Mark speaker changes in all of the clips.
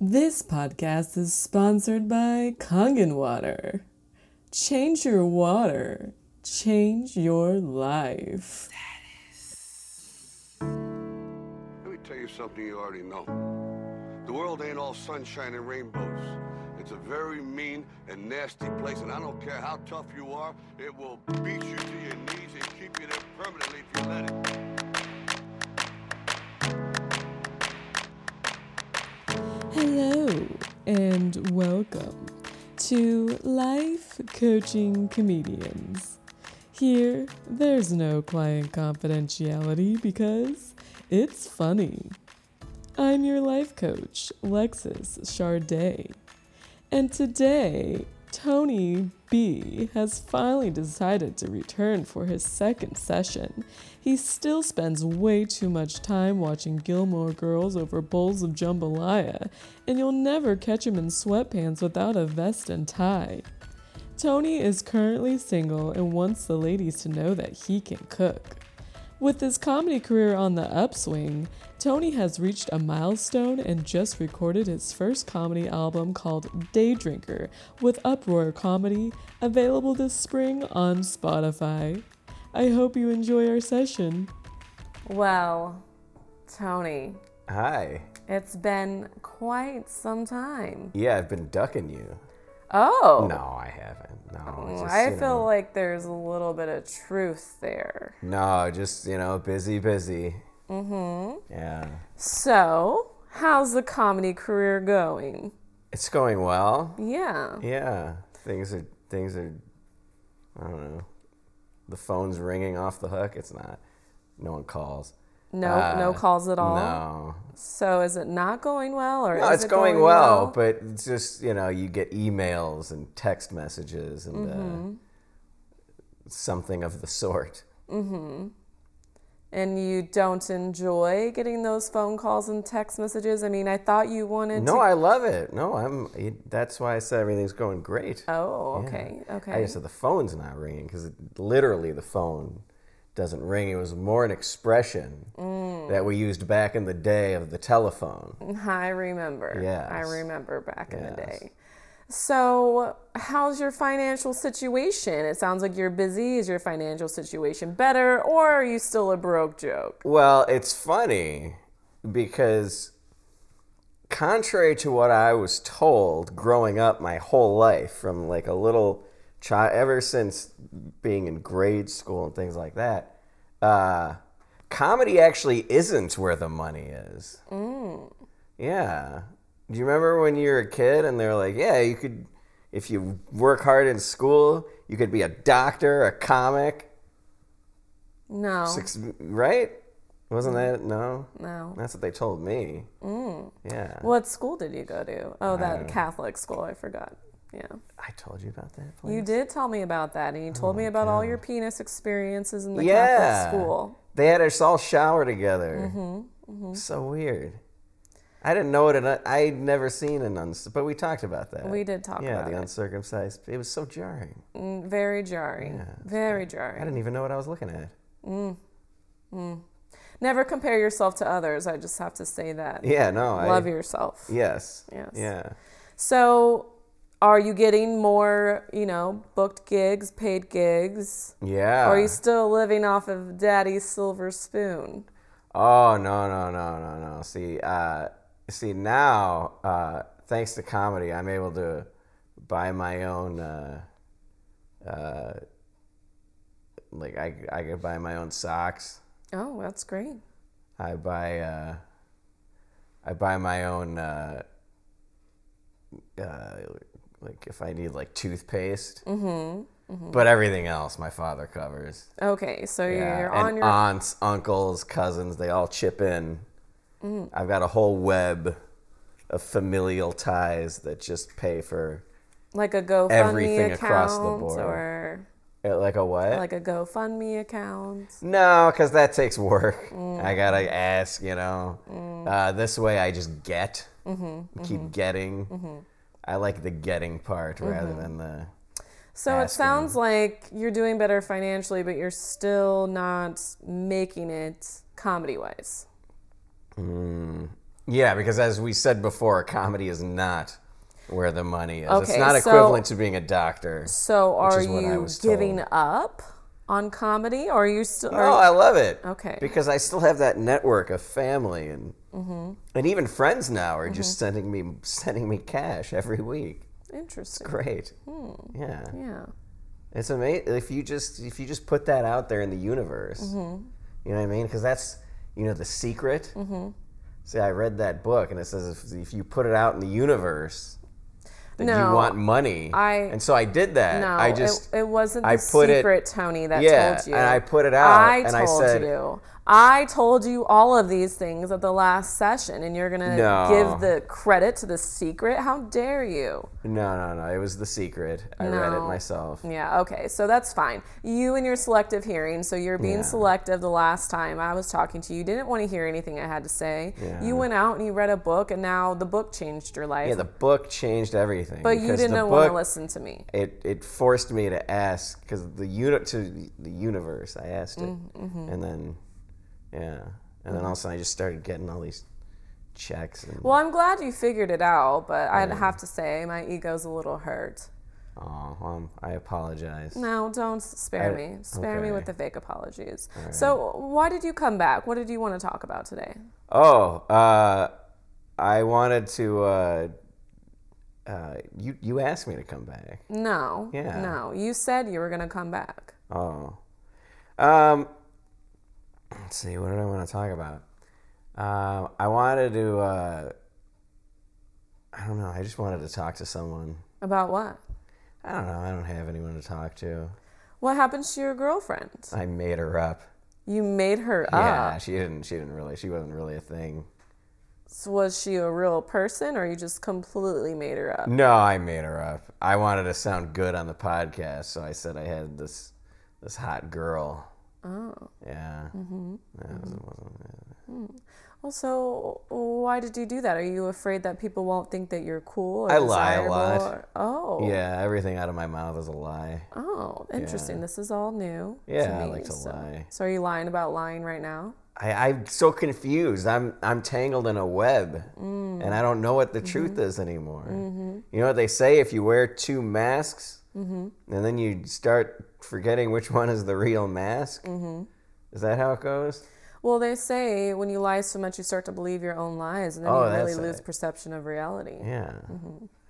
Speaker 1: This podcast is sponsored by Kangen Water. Change your water. Change your life.
Speaker 2: Let me tell you something you already know. The world ain't all sunshine and rainbows. It's a very mean and nasty place, and I don't care how tough you are, it will beat you to your knees and keep you there permanently if you let it.
Speaker 1: Hello, and welcome to Life Coaching Comedians. Here, there's no client confidentiality because it's funny. I'm your life coach, Lexis Charday. And today, Tony B has finally decided to return for his second session. He still spends way too much time watching Gilmore Girls over bowls of jambalaya, and you'll never catch him in sweatpants without a vest and tie. Tony is currently single and wants the ladies to know that he can cook. With his comedy career on the upswing, Tony has reached a milestone and just recorded his first comedy album called Day Drinker with Uproar Comedy, available this spring on Spotify. I hope you enjoy our session. Well, Tony,
Speaker 3: Hi.
Speaker 1: it's been quite some time.
Speaker 3: Yeah, I've been ducking you.
Speaker 1: Oh,
Speaker 3: No, I haven't. No, it's just,
Speaker 1: I
Speaker 3: you
Speaker 1: feel
Speaker 3: know,
Speaker 1: like there's a little bit of truth there.
Speaker 3: no, just you know, busy, busy. Mm-hmm. Yeah,
Speaker 1: So, how's the comedy career going?
Speaker 3: it's going well.
Speaker 1: Mm-hmm. Yeah.
Speaker 3: Yeah, things are things are. I don't know. The phone's ringing off the hook. It's not. No one calls.
Speaker 1: No,
Speaker 3: Uh,
Speaker 1: no calls at all.
Speaker 3: No,
Speaker 1: So is it not going well, or
Speaker 3: no,
Speaker 1: is
Speaker 3: it's
Speaker 1: it
Speaker 3: going, well, but it's just you know, you get emails and text messages and
Speaker 1: Mm-hmm.
Speaker 3: uh, something of the sort.
Speaker 1: and you don't enjoy getting those phone calls and text messages. I mean, I thought you wanted
Speaker 3: No,
Speaker 1: to.
Speaker 3: I love it. No, I'm. it- That's why I said everything's going great.
Speaker 1: oh,
Speaker 3: Yeah.
Speaker 1: okay,
Speaker 3: I
Speaker 1: okay.
Speaker 3: just said the phone's not ringing because literally the phone doesn't ring. It was more an expression
Speaker 1: Mm.
Speaker 3: that we used back in the day of the telephone.
Speaker 1: I remember. I
Speaker 3: Yes.
Speaker 1: remember back in the
Speaker 3: Yes.
Speaker 1: day. So, how's your financial situation? It sounds like you're busy. Is your financial situation better, or are you still a broke joke?
Speaker 3: Well, it's funny because, contrary to what I was told growing up my whole life, from like a little child, ever since being in grade school and things like that, uh, comedy actually isn't where the money is. Yeah. Do you remember when you were a kid and they were like, yeah, you could, if you work hard in school, you could be a doctor, a comic,
Speaker 1: No,
Speaker 3: Six, right? Wasn't that no?
Speaker 1: no.
Speaker 3: That's what they told me.
Speaker 1: Mm.
Speaker 3: Yeah.
Speaker 1: What school did you go to? Oh, that Catholic school. I forgot. Yeah.
Speaker 3: I told you about that place.
Speaker 1: You did tell me about that, and you told me about all your penis experiences in the
Speaker 3: Oh Yeah.
Speaker 1: Catholic school. Mm-hmm,
Speaker 3: They had us all shower together. So weird. I didn't know what an I'd never seen an uns, but we talked about that.
Speaker 1: We did talk
Speaker 3: yeah,
Speaker 1: about
Speaker 3: the
Speaker 1: it.
Speaker 3: uncircumcised. It was so jarring.
Speaker 1: Mm, Very jarring. Very
Speaker 3: I
Speaker 1: jarring.
Speaker 3: didn't even know what I was looking at.
Speaker 1: Never compare yourself to others. I just have to say that.
Speaker 3: Yeah, no.
Speaker 1: Love
Speaker 3: I,
Speaker 1: yourself.
Speaker 3: Yes.
Speaker 1: Yes.
Speaker 3: Yeah.
Speaker 1: So, are you getting more, you know, booked gigs, paid gigs?
Speaker 3: Yeah.
Speaker 1: Or are you still living off of daddy's silver spoon?
Speaker 3: Oh no no no no no! See, uh, see now, uh, thanks to comedy, I'm able to buy my own. Uh, uh, like I, I could buy my own socks.
Speaker 1: Oh, that's great.
Speaker 3: I buy, uh, I buy my own. Uh, uh, like if I need like toothpaste, mm-hmm, but everything else my father covers.
Speaker 1: Okay, so you're
Speaker 3: and
Speaker 1: on your
Speaker 3: aunts, uncles, cousins, they all chip in. I've got a whole web of familial ties that just pay for
Speaker 1: like a GoFundMe
Speaker 3: everything
Speaker 1: account
Speaker 3: across the board.
Speaker 1: or
Speaker 3: eh, like a what?
Speaker 1: like a GoFundMe account.
Speaker 3: no, because that takes work. I gotta ask, you know. Uh, this way, I just get,
Speaker 1: Mm-hmm,
Speaker 3: keep getting. I like the getting part
Speaker 1: Mm-hmm.
Speaker 3: rather than the.
Speaker 1: So it
Speaker 3: asking.
Speaker 1: sounds like you're doing better financially, but you're still not making it comedy wise.
Speaker 3: Yeah, because as we said before, comedy is not where the money is. it's
Speaker 4: Okay,
Speaker 3: not
Speaker 4: so-
Speaker 3: equivalent to being a doctor.
Speaker 4: So are
Speaker 3: is what I
Speaker 4: you
Speaker 3: was told.
Speaker 4: giving up on comedy? Or are you still?
Speaker 3: Oh, I love it.
Speaker 4: Okay.
Speaker 3: Because I still have that network of family and
Speaker 4: Mm-hmm.
Speaker 3: and even friends now are just sending me sending me cash every week.
Speaker 4: interesting.
Speaker 3: Great. Yeah.
Speaker 4: Hmm. Yeah.
Speaker 3: It's amazing if you just if you just put that out there in the universe.
Speaker 4: Mm-hmm.
Speaker 3: You know what I mean? Because that's you know the secret.
Speaker 4: Mm-hmm.
Speaker 3: See, I read that book and it says if, if you put it out in the universe, that
Speaker 4: No,
Speaker 3: you want money.
Speaker 4: I-
Speaker 3: and so I did that.
Speaker 4: No,
Speaker 3: I just
Speaker 4: it, it wasn't the
Speaker 3: I put it-
Speaker 4: secret, Tony, that
Speaker 3: Yeah,
Speaker 4: told you.
Speaker 3: and I put it out,
Speaker 4: I
Speaker 3: and I
Speaker 4: told
Speaker 3: said-
Speaker 4: you. I told you all of these things at the last session, and you're gonna
Speaker 3: No.
Speaker 4: give the credit to the secret? How dare you?
Speaker 3: no, no, no. It was the secret. I read it
Speaker 4: No.
Speaker 3: myself.
Speaker 4: Yeah, okay, so that's fine. You and your selective hearing, so you're being
Speaker 3: Yeah.
Speaker 4: selective the last time I was talking to you. You didn't want to hear anything I had to say.
Speaker 3: Yeah.
Speaker 4: You went out and you read a book, and now the book changed your life.
Speaker 3: Yeah, the book changed everything.
Speaker 4: but you
Speaker 3: because the
Speaker 4: didn't want to
Speaker 3: book-
Speaker 4: listen to me.
Speaker 3: It, it forced me to ask because the unit to the universe. I asked it,
Speaker 4: Mm, mm-hmm.
Speaker 3: and then yeah, and then all of a sudden I just started getting all these checks and
Speaker 4: Well, I'm glad you figured it out, but I'd have to say my ego's a little hurt.
Speaker 3: oh, um, I apologize.
Speaker 4: No, don't s- spare
Speaker 3: I-
Speaker 4: me. Spare me with
Speaker 3: okay.
Speaker 4: the fake apologies. So, why did you come back? What did you want to talk about today?
Speaker 3: Oh, uh, I wanted to. Uh, uh, you you asked me to come back.
Speaker 4: No.
Speaker 3: Yeah.
Speaker 4: No. You said you were going to come back.
Speaker 3: Oh. Um, let's see. What did I want to talk about? Um, I wanted to. Uh, I don't know. I just wanted to talk to someone.
Speaker 4: About what?
Speaker 3: I don't know. I don't have anyone to talk to.
Speaker 4: What happened to your girlfriend?
Speaker 3: I made her up.
Speaker 4: You made her
Speaker 3: Yeah,
Speaker 4: up.
Speaker 3: she didn't. She didn't really. She wasn't really a thing.
Speaker 4: So was she a real person or you just completely made her up?
Speaker 3: No, I made her up. I wanted to sound good on the podcast, so I said I had this this hot girl. Oh. Yeah. Mm-hmm.
Speaker 4: Well, so why did you do that? Are you afraid that people won't think that you're cool or
Speaker 3: I lie a lot.
Speaker 4: desirable or- oh.
Speaker 3: Yeah. Everything out of my mouth is a lie.
Speaker 4: Oh, interesting. This is all new.
Speaker 3: Yeah,
Speaker 4: to
Speaker 3: I
Speaker 4: me,
Speaker 3: like to
Speaker 4: so.
Speaker 3: lie.
Speaker 4: So are you lying about lying right now?
Speaker 3: I, I'm so confused. I'm I'm tangled in a web, and I don't know what the truth is anymore. You know what they say: if you wear two masks, and then you start forgetting which one is the real mask. Is that how it goes?
Speaker 4: Well, they say when you lie so much, you start to believe your own lies, and then
Speaker 3: Oh,
Speaker 4: you really
Speaker 3: that's
Speaker 4: lose
Speaker 3: it.
Speaker 4: perception of reality.
Speaker 3: Yeah.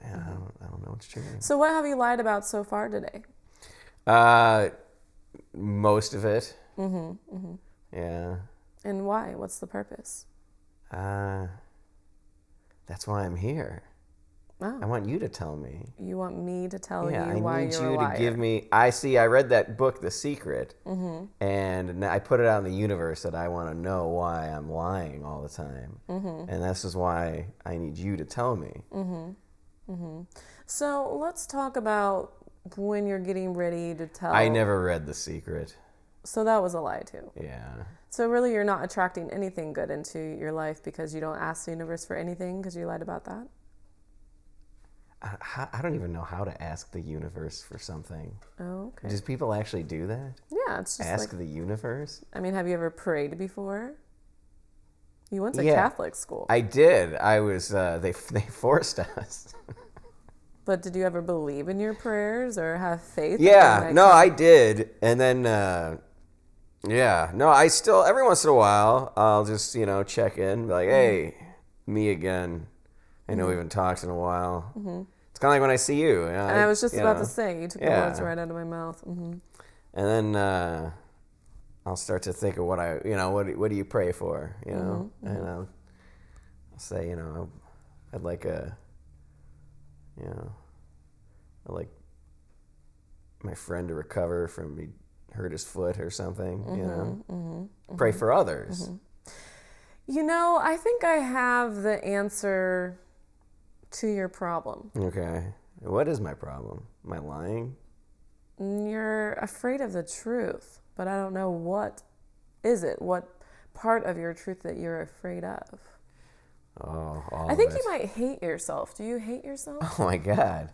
Speaker 3: Yeah. I, don't, I don't know what's true.
Speaker 4: So, what have you lied about so far today?
Speaker 3: Uh, most of it. Mm-hmm. Yeah.
Speaker 4: And why? What's the purpose?
Speaker 3: Uh, that's why I'm here.
Speaker 4: Oh.
Speaker 3: I want you to tell me.
Speaker 4: You want me to tell
Speaker 3: Yeah,
Speaker 4: Oh, you why
Speaker 3: I need
Speaker 4: you're
Speaker 3: you
Speaker 4: a liar?
Speaker 3: to give me. I see. I read that book, The Secret, and n- I put it out in the universe that I want to know why I'm lying all the time,
Speaker 4: Mm-hmm.
Speaker 3: and this is why I need you to tell me.
Speaker 4: So, let's talk about when you're getting ready to tell.
Speaker 3: I never read The Secret.
Speaker 4: So, that was a lie, too.
Speaker 3: Yeah,
Speaker 4: So, really, you're not attracting anything good into your life because you don't ask the universe for anything because you lied about that?
Speaker 3: I, how- I don't even know how to ask the universe for something.
Speaker 4: Oh, okay.
Speaker 3: Does people actually do that?
Speaker 4: yeah, it's just like.
Speaker 3: ask the universe?
Speaker 4: I mean, have you ever prayed before? You went to
Speaker 3: Yeah.
Speaker 4: Catholic school,
Speaker 3: I did. I was. Uh, they they forced us.
Speaker 4: but did you ever believe in your prayers or have faith? that they
Speaker 3: Yeah,
Speaker 4: might
Speaker 3: no,
Speaker 4: come-
Speaker 3: I did, and then uh, yeah, no, I still every once in a while I'll just you know check in, be
Speaker 4: Mm-hmm.
Speaker 3: like, hey, me again. I know we haven't talked in a while. It's kind of like when I see you. And
Speaker 4: Mm-hmm. And I was just
Speaker 3: you
Speaker 4: about
Speaker 3: know,
Speaker 4: to say, you took the words
Speaker 3: Yeah.
Speaker 4: right out of my mouth. hmm
Speaker 3: And then uh, I'll start to think of what I, you know, what do- what do you pray for, you know,
Speaker 4: Mm-hmm,
Speaker 3: and I'll, I'll say, you know, I'd like a, you know, I like my friend to recover from he hurt his foot or something,
Speaker 4: Mm-hmm,
Speaker 3: you know. Pray for others.
Speaker 4: You know, I think I have the answer to your problem.
Speaker 3: Okay. What is my problem? Am I lying?
Speaker 4: You're afraid of the truth, but I don't know what is it. What part of your truth that you're afraid of?
Speaker 3: Oh, all
Speaker 4: I think
Speaker 3: of it.
Speaker 4: you might hate yourself. Do you hate yourself?
Speaker 3: Oh my God.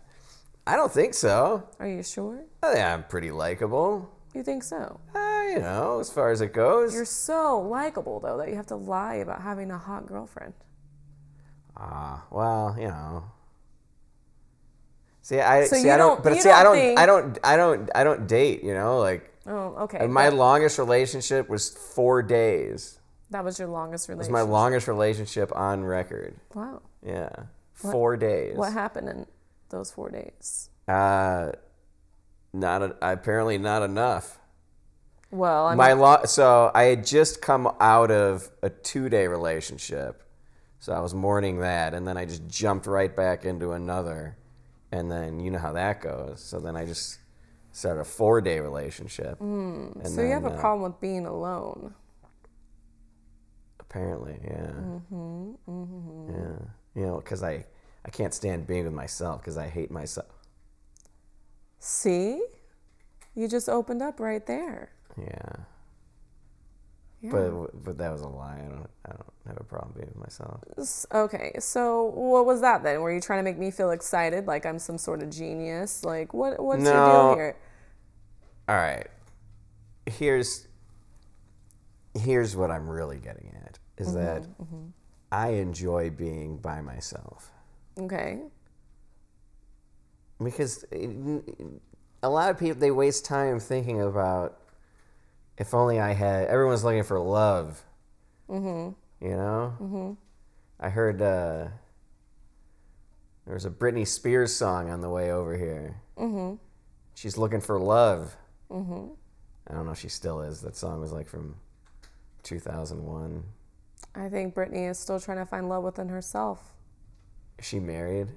Speaker 3: I don't think so.
Speaker 4: Are you sure?
Speaker 3: I think I'm pretty likable.
Speaker 4: You think so?
Speaker 3: Uh, you know, as far as it goes.
Speaker 4: You're so likable though that you have to lie about having a hot girlfriend.
Speaker 3: Ah, well, you know. See, I
Speaker 4: So
Speaker 3: see,
Speaker 4: you
Speaker 3: I don't,
Speaker 4: don't-
Speaker 3: but
Speaker 4: you
Speaker 3: see, I
Speaker 4: don't
Speaker 3: don't,
Speaker 4: think-
Speaker 3: I don't, I don't, I don't date. You know, like
Speaker 4: Oh, okay.
Speaker 3: and my
Speaker 4: that,
Speaker 3: longest relationship was four days.
Speaker 4: that was your longest
Speaker 3: It was
Speaker 4: relationship.
Speaker 3: my longest relationship on record.
Speaker 4: wow.
Speaker 3: Yeah, four days.
Speaker 4: What happened in those four days?
Speaker 3: Uh, not a, apparently not enough.
Speaker 4: Well, I mean,
Speaker 3: my lo- so I had just come out of a two day relationship, so I was mourning that, and then I just jumped right back into another, and then you know how that goes. So then I just started a four day relationship. Mm, and
Speaker 4: so you have
Speaker 3: then,
Speaker 4: a
Speaker 3: uh,
Speaker 4: problem with being alone.
Speaker 3: apparently, yeah, mm-hmm, mm-hmm. yeah, you know, because I I can't stand being with myself because I hate myself.
Speaker 4: See? You just opened up right there.
Speaker 3: Yeah.
Speaker 4: Yeah.
Speaker 3: But but that was a lie. I don't I don't have a problem being with myself.
Speaker 4: S- Okay, so what was that then? Were you trying to make me feel excited, like I'm some sort of genius? Like, what? What's your
Speaker 3: No.
Speaker 4: deal here?
Speaker 3: All right. Here's here's what I'm really getting at is that I enjoy being by myself
Speaker 4: Okay,
Speaker 3: because it- a lot of people they waste time thinking about if only I had everyone's looking for love. Mm-hmm. You know. Mm-hmm. I heard uh, there was a Britney Spears song on the way over here. Mm-hmm. She's looking for love. Mm-hmm. I don't know if she still is. That song was like from 2001.
Speaker 4: I think Brittany is still trying to find love within herself.
Speaker 3: Is she married?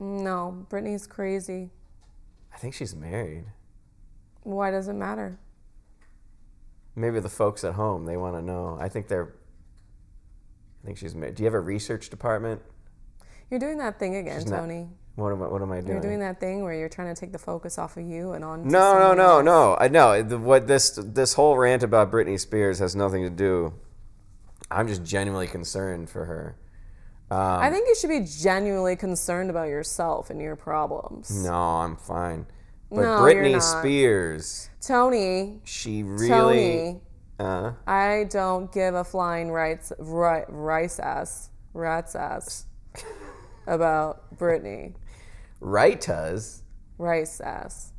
Speaker 4: No, Brittany's crazy.
Speaker 3: I think she's married.
Speaker 4: Why does it matter?
Speaker 3: Maybe the folks at home they want to know. I think they're. I think she's married. Do you have a research department?
Speaker 4: You're doing that thing again,
Speaker 3: She's not-
Speaker 4: Tony.
Speaker 3: What am I, what am I
Speaker 4: You're doing that thing where you're trying to take the focus off of you and on.
Speaker 3: No, no, no, no. I know the- what this this whole rant about Britney Spears has nothing to do. I'm just genuinely concerned for her. Um,
Speaker 4: I think you should be genuinely concerned about yourself and your problems.
Speaker 3: No, I'm fine. But
Speaker 4: No, you're
Speaker 3: Britney
Speaker 4: not.
Speaker 3: Spears,
Speaker 4: Tony,
Speaker 3: she really
Speaker 4: Tony,
Speaker 3: uh,
Speaker 4: I don't give a flying rights, ri- rice ass, rat's ass about Brittany.
Speaker 3: right us.
Speaker 4: Rice ass.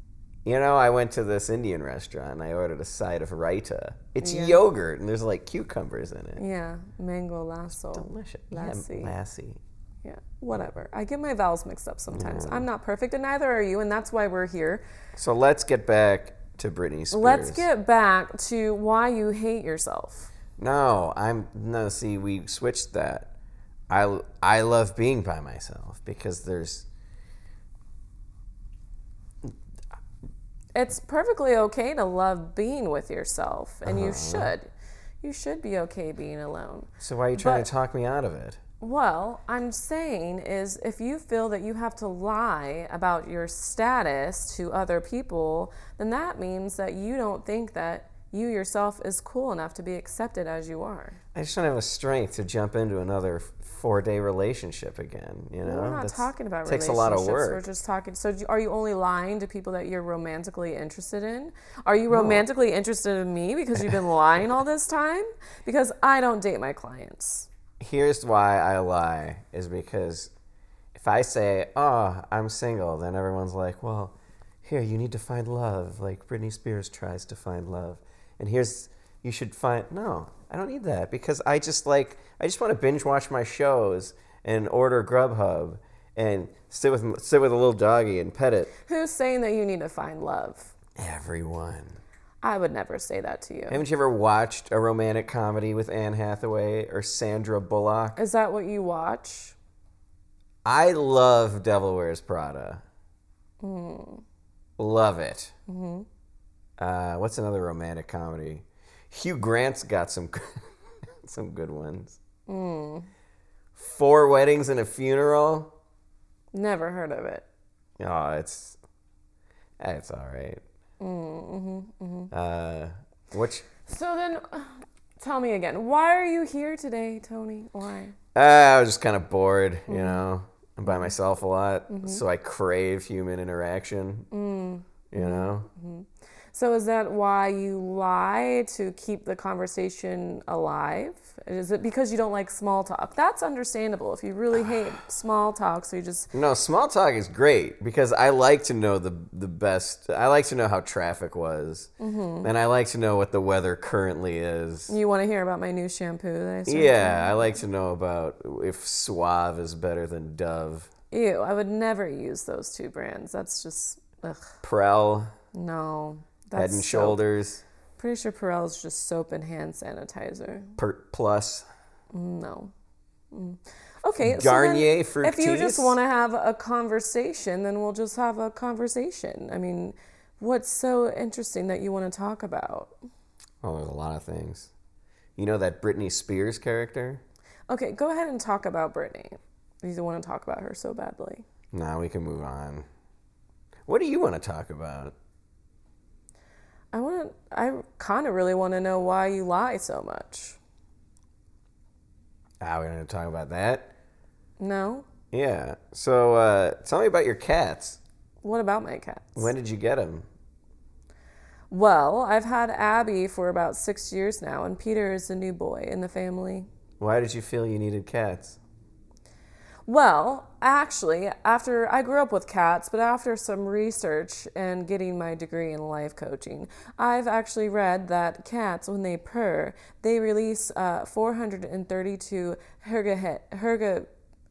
Speaker 3: You know, I went to this Indian restaurant and I ordered a side of raita. It's yogurt and there's like cucumbers in it.
Speaker 4: Yeah, mango lasso.
Speaker 3: Delicious.
Speaker 4: Lassi.
Speaker 3: Yeah, lassi.
Speaker 4: Yeah, whatever. I get my vowels mixed up sometimes. I'm not perfect, and neither are you, and that's why we're here.
Speaker 3: So let's get back to Britney Spears.
Speaker 4: Let's get back to why you hate yourself.
Speaker 3: No, I'm no. See, we switched that. I I love being by myself because there's
Speaker 4: It's perfectly okay to love being with yourself, and you should. You should be okay being alone.
Speaker 3: so why are you trying
Speaker 4: But-
Speaker 3: to talk me out of it?
Speaker 4: Well, I'm saying is if you feel that you have to lie about your status to other people, then that means that you don't think that you yourself is cool enough to be accepted as you are.
Speaker 3: I just don't have the strength to jump into another four day relationship again. You know,
Speaker 4: We're not
Speaker 3: That's-
Speaker 4: talking about
Speaker 3: takes a
Speaker 4: relationships.
Speaker 3: lot of
Speaker 4: We're
Speaker 3: work.
Speaker 4: just talking. So, do- are you only lying to people that you're romantically interested in? Are you romantically interested in me because you've been lying all this time? Because I don't date my clients.
Speaker 3: Here's why I lie is because if I say, "Oh, I'm single," then everyone's like, "Well, here you need to find love, like Britney Spears tries to find love." And here's you should find no, I don't need that because I just like I just want to binge watch my shows and order Grubhub and sit with sit with a little doggy and pet it.
Speaker 4: Who's saying that you need to find love?
Speaker 3: Everyone.
Speaker 4: I would never say that to you.
Speaker 3: Haven't you ever watched a romantic comedy with Anne Hathaway or Sandra Bullock?
Speaker 4: Is that what you watch?
Speaker 3: I love Devil Wears Prada. Love it. Uh, what's another romantic comedy? Hugh Grant's got some some good ones. Four weddings and a funeral.
Speaker 4: Never heard of it.
Speaker 3: Oh, it's it's all right. Uh, which
Speaker 4: So then, tell me again. Why are you here today, Tony? Why?
Speaker 3: uh, I was just kind of bored, you know. I'm by myself a lot, so I crave human interaction. You know.
Speaker 4: So is that why you lie to keep the conversation alive? Is it because you don't like small talk? That's understandable if you really
Speaker 3: Ah.
Speaker 4: hate small talk, so you just
Speaker 3: No, small talk is great because I like to know the the best. I like to know how traffic was, and I like to know what the weather currently is.
Speaker 4: Mm-hmm. you want to hear about my new shampoo that I started.
Speaker 3: Yeah, I like to know about if Suave is better than Dove.
Speaker 4: Ew, I would never use those two brands. That's just ugh,
Speaker 3: Prel,
Speaker 4: no. That's
Speaker 3: Head and
Speaker 4: soap.
Speaker 3: Shoulders,
Speaker 4: Pretty sure Perel's just soap and hand sanitizer.
Speaker 3: Pert Plus.
Speaker 4: No. Mm. Okay.
Speaker 3: Garnier
Speaker 4: so then, if you just
Speaker 3: Fructis?
Speaker 4: want to have a conversation, then we'll just have a conversation. I mean, what's so interesting that you want to talk about?
Speaker 3: Oh, there's a lot of things. You know that Britney Spears character?
Speaker 4: Okay, go ahead and talk about Brittany. You want to talk about her so badly.
Speaker 3: Nah, we can move on. What do you want to talk about?
Speaker 4: I want to. I kind of really want to know why you lie so much.
Speaker 3: Ah, we don't have to talk about that.
Speaker 4: No.
Speaker 3: Yeah. So uh, tell me about your cats.
Speaker 4: What about my cats?
Speaker 3: When did you get them?
Speaker 4: Well, I've had Abby for about six years now, and Peter is the new boy in the family.
Speaker 3: Why did you feel you needed cats?
Speaker 4: Well, actually, after I grew up with cats, but after some research and getting my degree in life coaching, I've actually read that cats, when they purr, they release uh, 432 hergahe-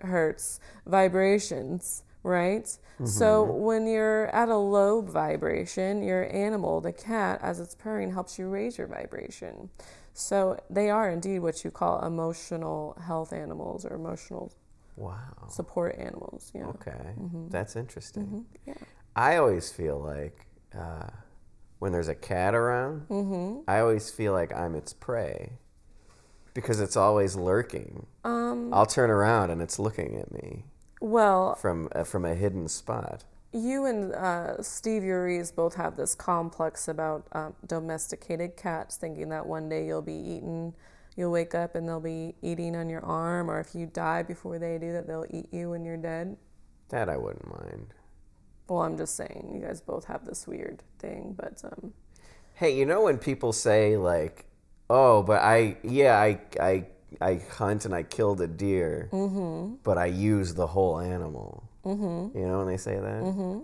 Speaker 4: hergahertz vibrations, right? So when you're at a low vibration, your animal, the cat, as it's purring, helps you raise your vibration. So they are indeed what you call emotional health animals or emotional
Speaker 3: Wow. Mm-hmm.
Speaker 4: support animals. Yeah.
Speaker 3: Okay. That's interesting. I always feel like uh, when there's a cat around, I always feel like I'm its prey because it's always lurking. Um, I'll turn around and it's looking at me
Speaker 4: Well,
Speaker 3: from uh, from a hidden spot.
Speaker 4: you and uh, Steve Uries both have this complex about um, domesticated cats, thinking that one day you'll be eaten, you'll wake up and they'll be eating on your arm, or if you die before they do, that they'll eat you when you're dead.
Speaker 3: That I wouldn't mind.
Speaker 4: Well, I'm just saying, you guys both have this weird thing, but um,
Speaker 3: Hey, you know when people say like, "Oh, but I yeah, I I I hunt and I killed a deer,
Speaker 4: Mm-hmm.
Speaker 3: but I used the whole animal." Mm-hmm. You know when they say that, mm-hmm.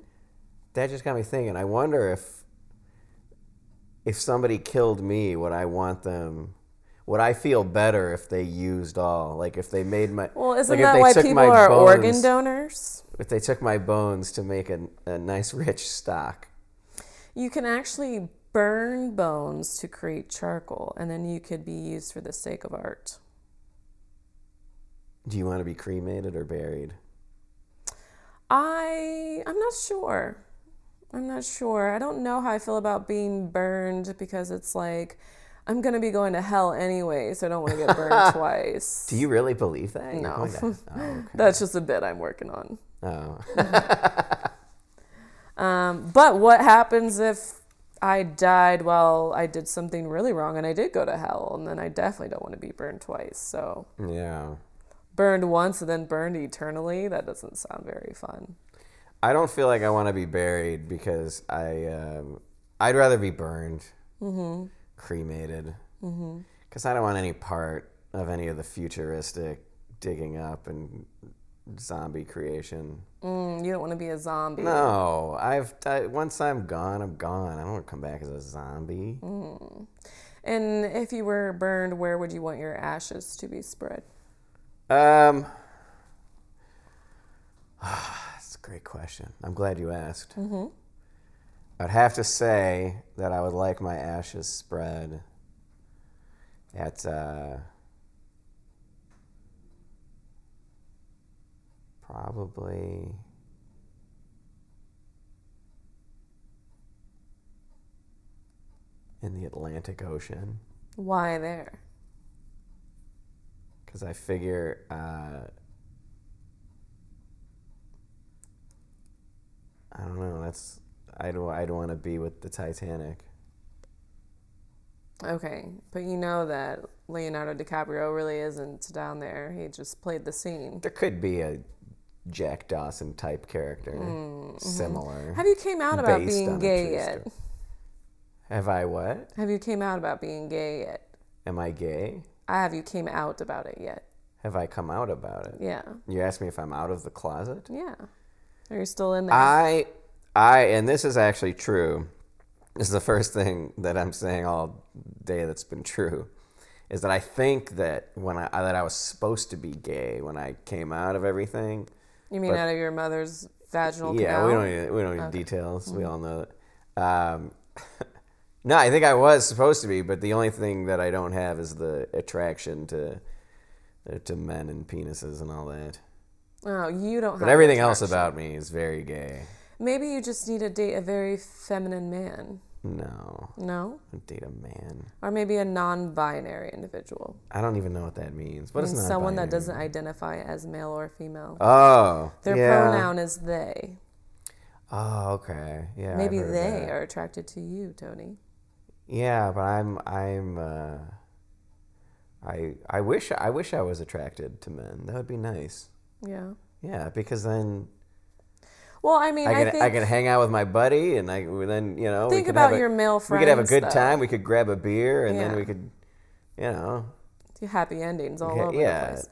Speaker 3: that just got me thinking. I wonder if if somebody killed me, would I want them? Would I feel better if they used all? Like if they made my
Speaker 4: well, isn't
Speaker 3: like if
Speaker 4: that
Speaker 3: they
Speaker 4: why
Speaker 3: took
Speaker 4: people
Speaker 3: my
Speaker 4: are organ
Speaker 3: bones-
Speaker 4: donors?
Speaker 3: If they took my bones to make a, a nice rich stock,
Speaker 4: You can actually burn bones to create charcoal, and then you could be used for the sake of art.
Speaker 3: do you want to be cremated or buried?
Speaker 4: I I'm not sure. I'm not sure. I don't know how I feel about being burned because it's like I'm gonna be going to hell anyway, so I don't want to get burned twice.
Speaker 3: Do you really believe that? You're
Speaker 4: No.
Speaker 3: going to- oh,
Speaker 4: That's just a bit I'm working on.
Speaker 3: Oh.
Speaker 4: Um, but what happens if I died while I did something really wrong and I did go to hell, and then I definitely don't want to be burned twice. So
Speaker 3: yeah.
Speaker 4: burned once and then burned eternally. That doesn't sound very fun.
Speaker 3: I don't feel like I want to be buried because I, um, I'd rather be burned, cremated, because I don't want any part of any of the futuristic digging up and zombie creation.
Speaker 4: Mm, you don't want to be a zombie.
Speaker 3: No, I've I, once I'm gone, I'm gone. I don't want to come back as a zombie.
Speaker 4: And if you were burned, where would you want your ashes to be spread?
Speaker 3: Um, that's a great question. I'm glad you asked. I'd have to say that I would like my ashes spread at uh, probably. In the Atlantic Ocean,
Speaker 4: Why there?
Speaker 3: because I figure uh, I don't know. That's I'd wa- I'd want to be with the Titanic.
Speaker 4: Okay, but you know that Leonardo DiCaprio really isn't down there. He just played the scene.
Speaker 3: There could be a Jack Dawson type character similar.
Speaker 4: Have you came out about
Speaker 3: based on
Speaker 4: being
Speaker 3: a
Speaker 4: gay
Speaker 3: true
Speaker 4: yet?
Speaker 3: story. Have I what?
Speaker 4: Have you came out about being gay yet?
Speaker 3: Am I gay?
Speaker 4: I have you came out about it yet?
Speaker 3: Have I come out about it?
Speaker 4: Yeah.
Speaker 3: You asked me if I'm out of the closet?
Speaker 4: Yeah. Are you still in there?
Speaker 3: I, I, and this is actually true. This is the first thing that I'm saying all day that's been true, is that I think that when I that I was supposed to be gay when I came out of everything.
Speaker 4: you mean out of your mother's vaginal
Speaker 3: Yeah,
Speaker 4: canal?
Speaker 3: we don't need, we don't need details. We all know that. Um, no, I think I was supposed to be, but the only thing that I don't have is the attraction to uh, to men and penises and all that.
Speaker 4: Oh, you don't have
Speaker 3: But everything
Speaker 4: attraction.
Speaker 3: else about me is very gay.
Speaker 4: Maybe you just need to date a very feminine man.
Speaker 3: No,
Speaker 4: No?
Speaker 3: I'd date a man.
Speaker 4: Or maybe a non binary individual.
Speaker 3: I don't even know what that means. But
Speaker 4: I
Speaker 3: it's
Speaker 4: mean,
Speaker 3: not
Speaker 4: someone that
Speaker 3: binary.
Speaker 4: doesn't identify as male or female.
Speaker 3: Oh,
Speaker 4: Their
Speaker 3: yeah.
Speaker 4: pronoun is they.
Speaker 3: Oh, okay. Yeah. I've
Speaker 4: Maybe
Speaker 3: heard of
Speaker 4: they
Speaker 3: that.
Speaker 4: are attracted to you, Tony.
Speaker 3: Yeah, but I'm I'm uh, I I wish I wish I was attracted to men. That would be nice.
Speaker 4: Yeah.
Speaker 3: Yeah, because then
Speaker 4: Well, I mean,
Speaker 3: I
Speaker 4: I,
Speaker 3: could
Speaker 4: think
Speaker 3: I could hang out with my buddy, and I well, then you know we
Speaker 4: Think
Speaker 3: could
Speaker 4: about
Speaker 3: have a-
Speaker 4: your male
Speaker 3: We could have a
Speaker 4: friends,
Speaker 3: good
Speaker 4: though.
Speaker 3: time. We could grab a beer, and then
Speaker 4: Yeah.
Speaker 3: we could, you know,
Speaker 4: happy endings all
Speaker 3: Yeah,
Speaker 4: over
Speaker 3: yeah.
Speaker 4: the place.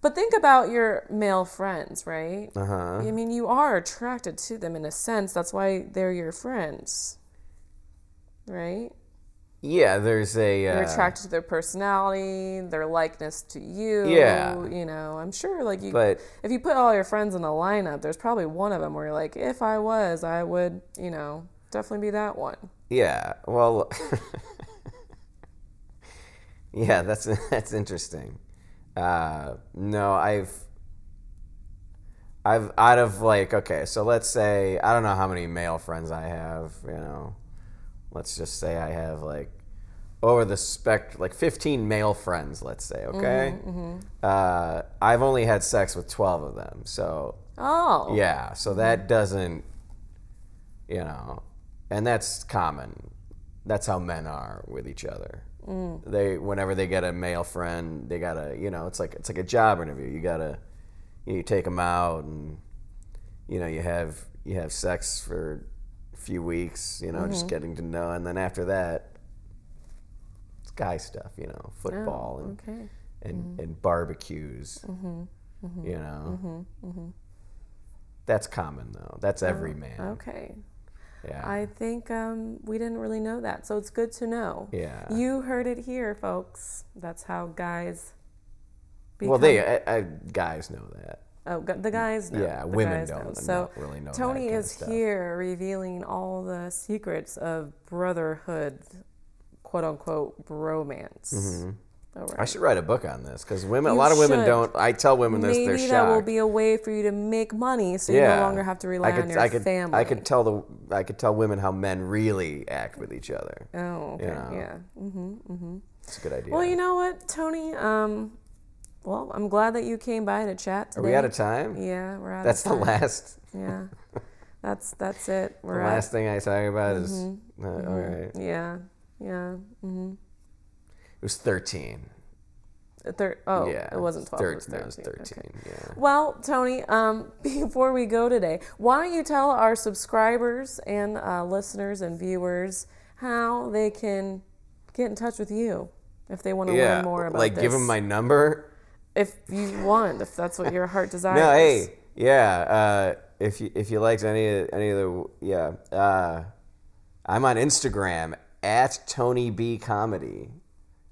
Speaker 4: But think about your male friends, right?
Speaker 3: uh huh.
Speaker 4: I mean, you are attracted to them in a sense. That's why they're your friends, right?
Speaker 3: Yeah, there's a uh,
Speaker 4: You're attracted to their personality, their likeness to you.
Speaker 3: Yeah.
Speaker 4: You know, I'm sure like you,
Speaker 3: But-
Speaker 4: if you put all your friends in a lineup, there's probably one of them where you're like, if I was, I would, you know, definitely be that one.
Speaker 3: Yeah. Well. yeah, that's that's interesting. Uh, no, I've I've out of like okay, so let's say I don't know how many male friends I have. You know, let's just say I have like over the spec like 15 male friends. Let's say okay. Uh, I've only had sex with 12 of them, so
Speaker 4: Oh.
Speaker 3: yeah, so that doesn't, you know, and that's common. That's how men are with each other. They whenever they get a male friend, they gotta, you know, it's like it's like a job interview. You gotta, you take them out, and you know, you have you have sex for a few weeks, you know, just getting to know, and then after that, it's guy stuff, you know, football and
Speaker 4: Okay.
Speaker 3: and,
Speaker 4: Mm-hmm.
Speaker 3: and barbecues. You know,
Speaker 4: Mm-hmm.
Speaker 3: that's common though. That's every man.
Speaker 4: Oh, Okay.
Speaker 3: Yeah.
Speaker 4: I think um, we didn't really know that, so it's good to know.
Speaker 3: Yeah.
Speaker 4: You heard it here, folks. That's how guys. Become,
Speaker 3: well, they I, I, guys know that.
Speaker 4: Oh, gu- the guys know.
Speaker 3: Yeah,
Speaker 4: The
Speaker 3: women
Speaker 4: guys
Speaker 3: don't
Speaker 4: So
Speaker 3: know- really know that
Speaker 4: Tony
Speaker 3: kinda
Speaker 4: is
Speaker 3: stuff.
Speaker 4: here revealing all the secrets of brotherhood, quote unquote, bromance. All right.
Speaker 3: Mm-hmm. I should write a book on this because women, a
Speaker 4: You
Speaker 3: lot of women
Speaker 4: should.
Speaker 3: don't. I tell women this,
Speaker 4: Maybe
Speaker 3: they're
Speaker 4: that
Speaker 3: shocked.
Speaker 4: will be a way for you to make money, so you no longer have to rely
Speaker 3: I could,
Speaker 4: on your
Speaker 3: I could,
Speaker 4: family.
Speaker 3: I could tell the I could tell women how men really act with each other.
Speaker 4: Oh, okay.
Speaker 3: Yeah.
Speaker 4: yeah.
Speaker 3: It's a good idea.
Speaker 4: Well, you know what, Tony? Um, well, I'm glad that you came by to chat
Speaker 3: Are
Speaker 4: today.
Speaker 3: we out of time?
Speaker 4: Yeah, we're out
Speaker 3: That's
Speaker 4: of
Speaker 3: the
Speaker 4: time.
Speaker 3: last
Speaker 4: Yeah, that's that's it.
Speaker 3: the
Speaker 4: We're Mm-hmm. out.
Speaker 3: last thing I talk about is uh, all right. It
Speaker 4: Yeah, yeah. Mm-hmm.
Speaker 3: was thirteen.
Speaker 4: Thir- oh,
Speaker 3: yeah,
Speaker 4: it wasn't twelve.
Speaker 3: Thir-
Speaker 4: it was
Speaker 3: no, it
Speaker 4: thirteen.
Speaker 3: was
Speaker 4: Okay.
Speaker 3: thirteen. Yeah.
Speaker 4: Well, Tony, um, before we go today, why don't you tell our subscribers and uh, listeners and viewers how they can get in touch with you if they want to learn more about
Speaker 3: like
Speaker 4: this?
Speaker 3: give him my number.
Speaker 4: if you want, if that's what your heart desires.
Speaker 3: No, hey, yeah. Uh, if you if you liked any of any of the yeah, uh, I'm on Instagram at Tony B Comedy.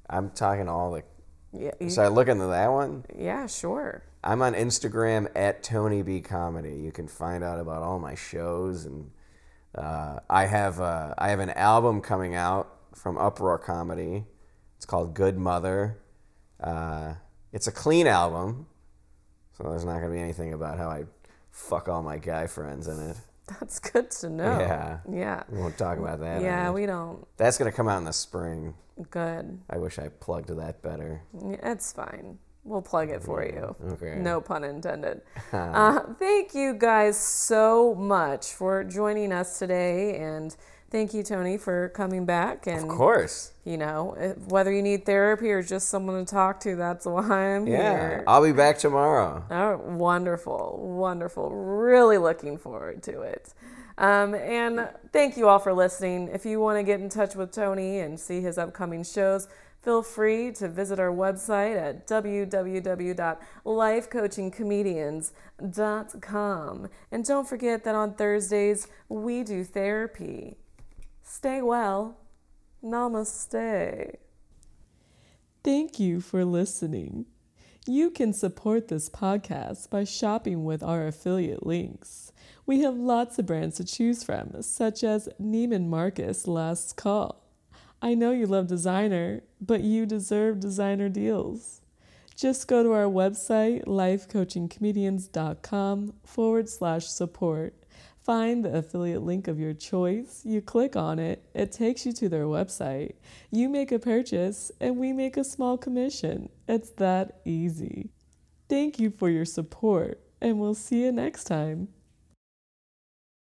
Speaker 3: I'm talking all the.
Speaker 4: Yeah, you-
Speaker 3: So I look into that one.
Speaker 4: yeah, sure.
Speaker 3: I'm on Instagram at Tony B Comedy. You can find out about all my shows and uh, I have uh, I have an album coming out from Uproar Comedy. It's called Good Mother. Uh, it's a clean album, so there's not gonna be anything about how I fuck all my guy friends in it.
Speaker 4: That's good to know.
Speaker 3: Yeah.
Speaker 4: Yeah.
Speaker 3: We won't talk about that. in
Speaker 4: Yeah,
Speaker 3: it.
Speaker 4: we don't.
Speaker 3: That's gonna come out in the spring.
Speaker 4: Good.
Speaker 3: I wish I plugged that better.
Speaker 4: Yeah, It's fine. We'll plug it for you.
Speaker 3: Okay.
Speaker 4: No pun intended. uh, thank you guys so much for joining us today and Thank you, Tony, for coming back. And,
Speaker 3: Of course.
Speaker 4: you know, eh, whether you need therapy or just someone to talk to, that's why I'm
Speaker 3: Yeah.
Speaker 4: here.
Speaker 3: I'll be back tomorrow.
Speaker 4: Oh, wonderful, wonderful. Really looking forward to it. Um, and thank you all for listening. If you want to get in touch with Tony and see his upcoming shows, feel free to visit our website at www.lifecoachingcomedians.com. And don't forget that on Thursdays, we do therapy. Stay well. Namaste.
Speaker 1: Thank you for listening. You can support this podcast by shopping with our affiliate links. We have lots of brands to choose from, such as Neiman Marcus Last Call. I know you love designer, but you deserve designer deals. Just go to our website, lifecoachingcomedians.com forward slash support. Find the affiliate link of your choice. You click on it, it takes you to their website. You make a purchase, and we make a small commission. It's that easy. Thank you for your support, and we'll see you next time.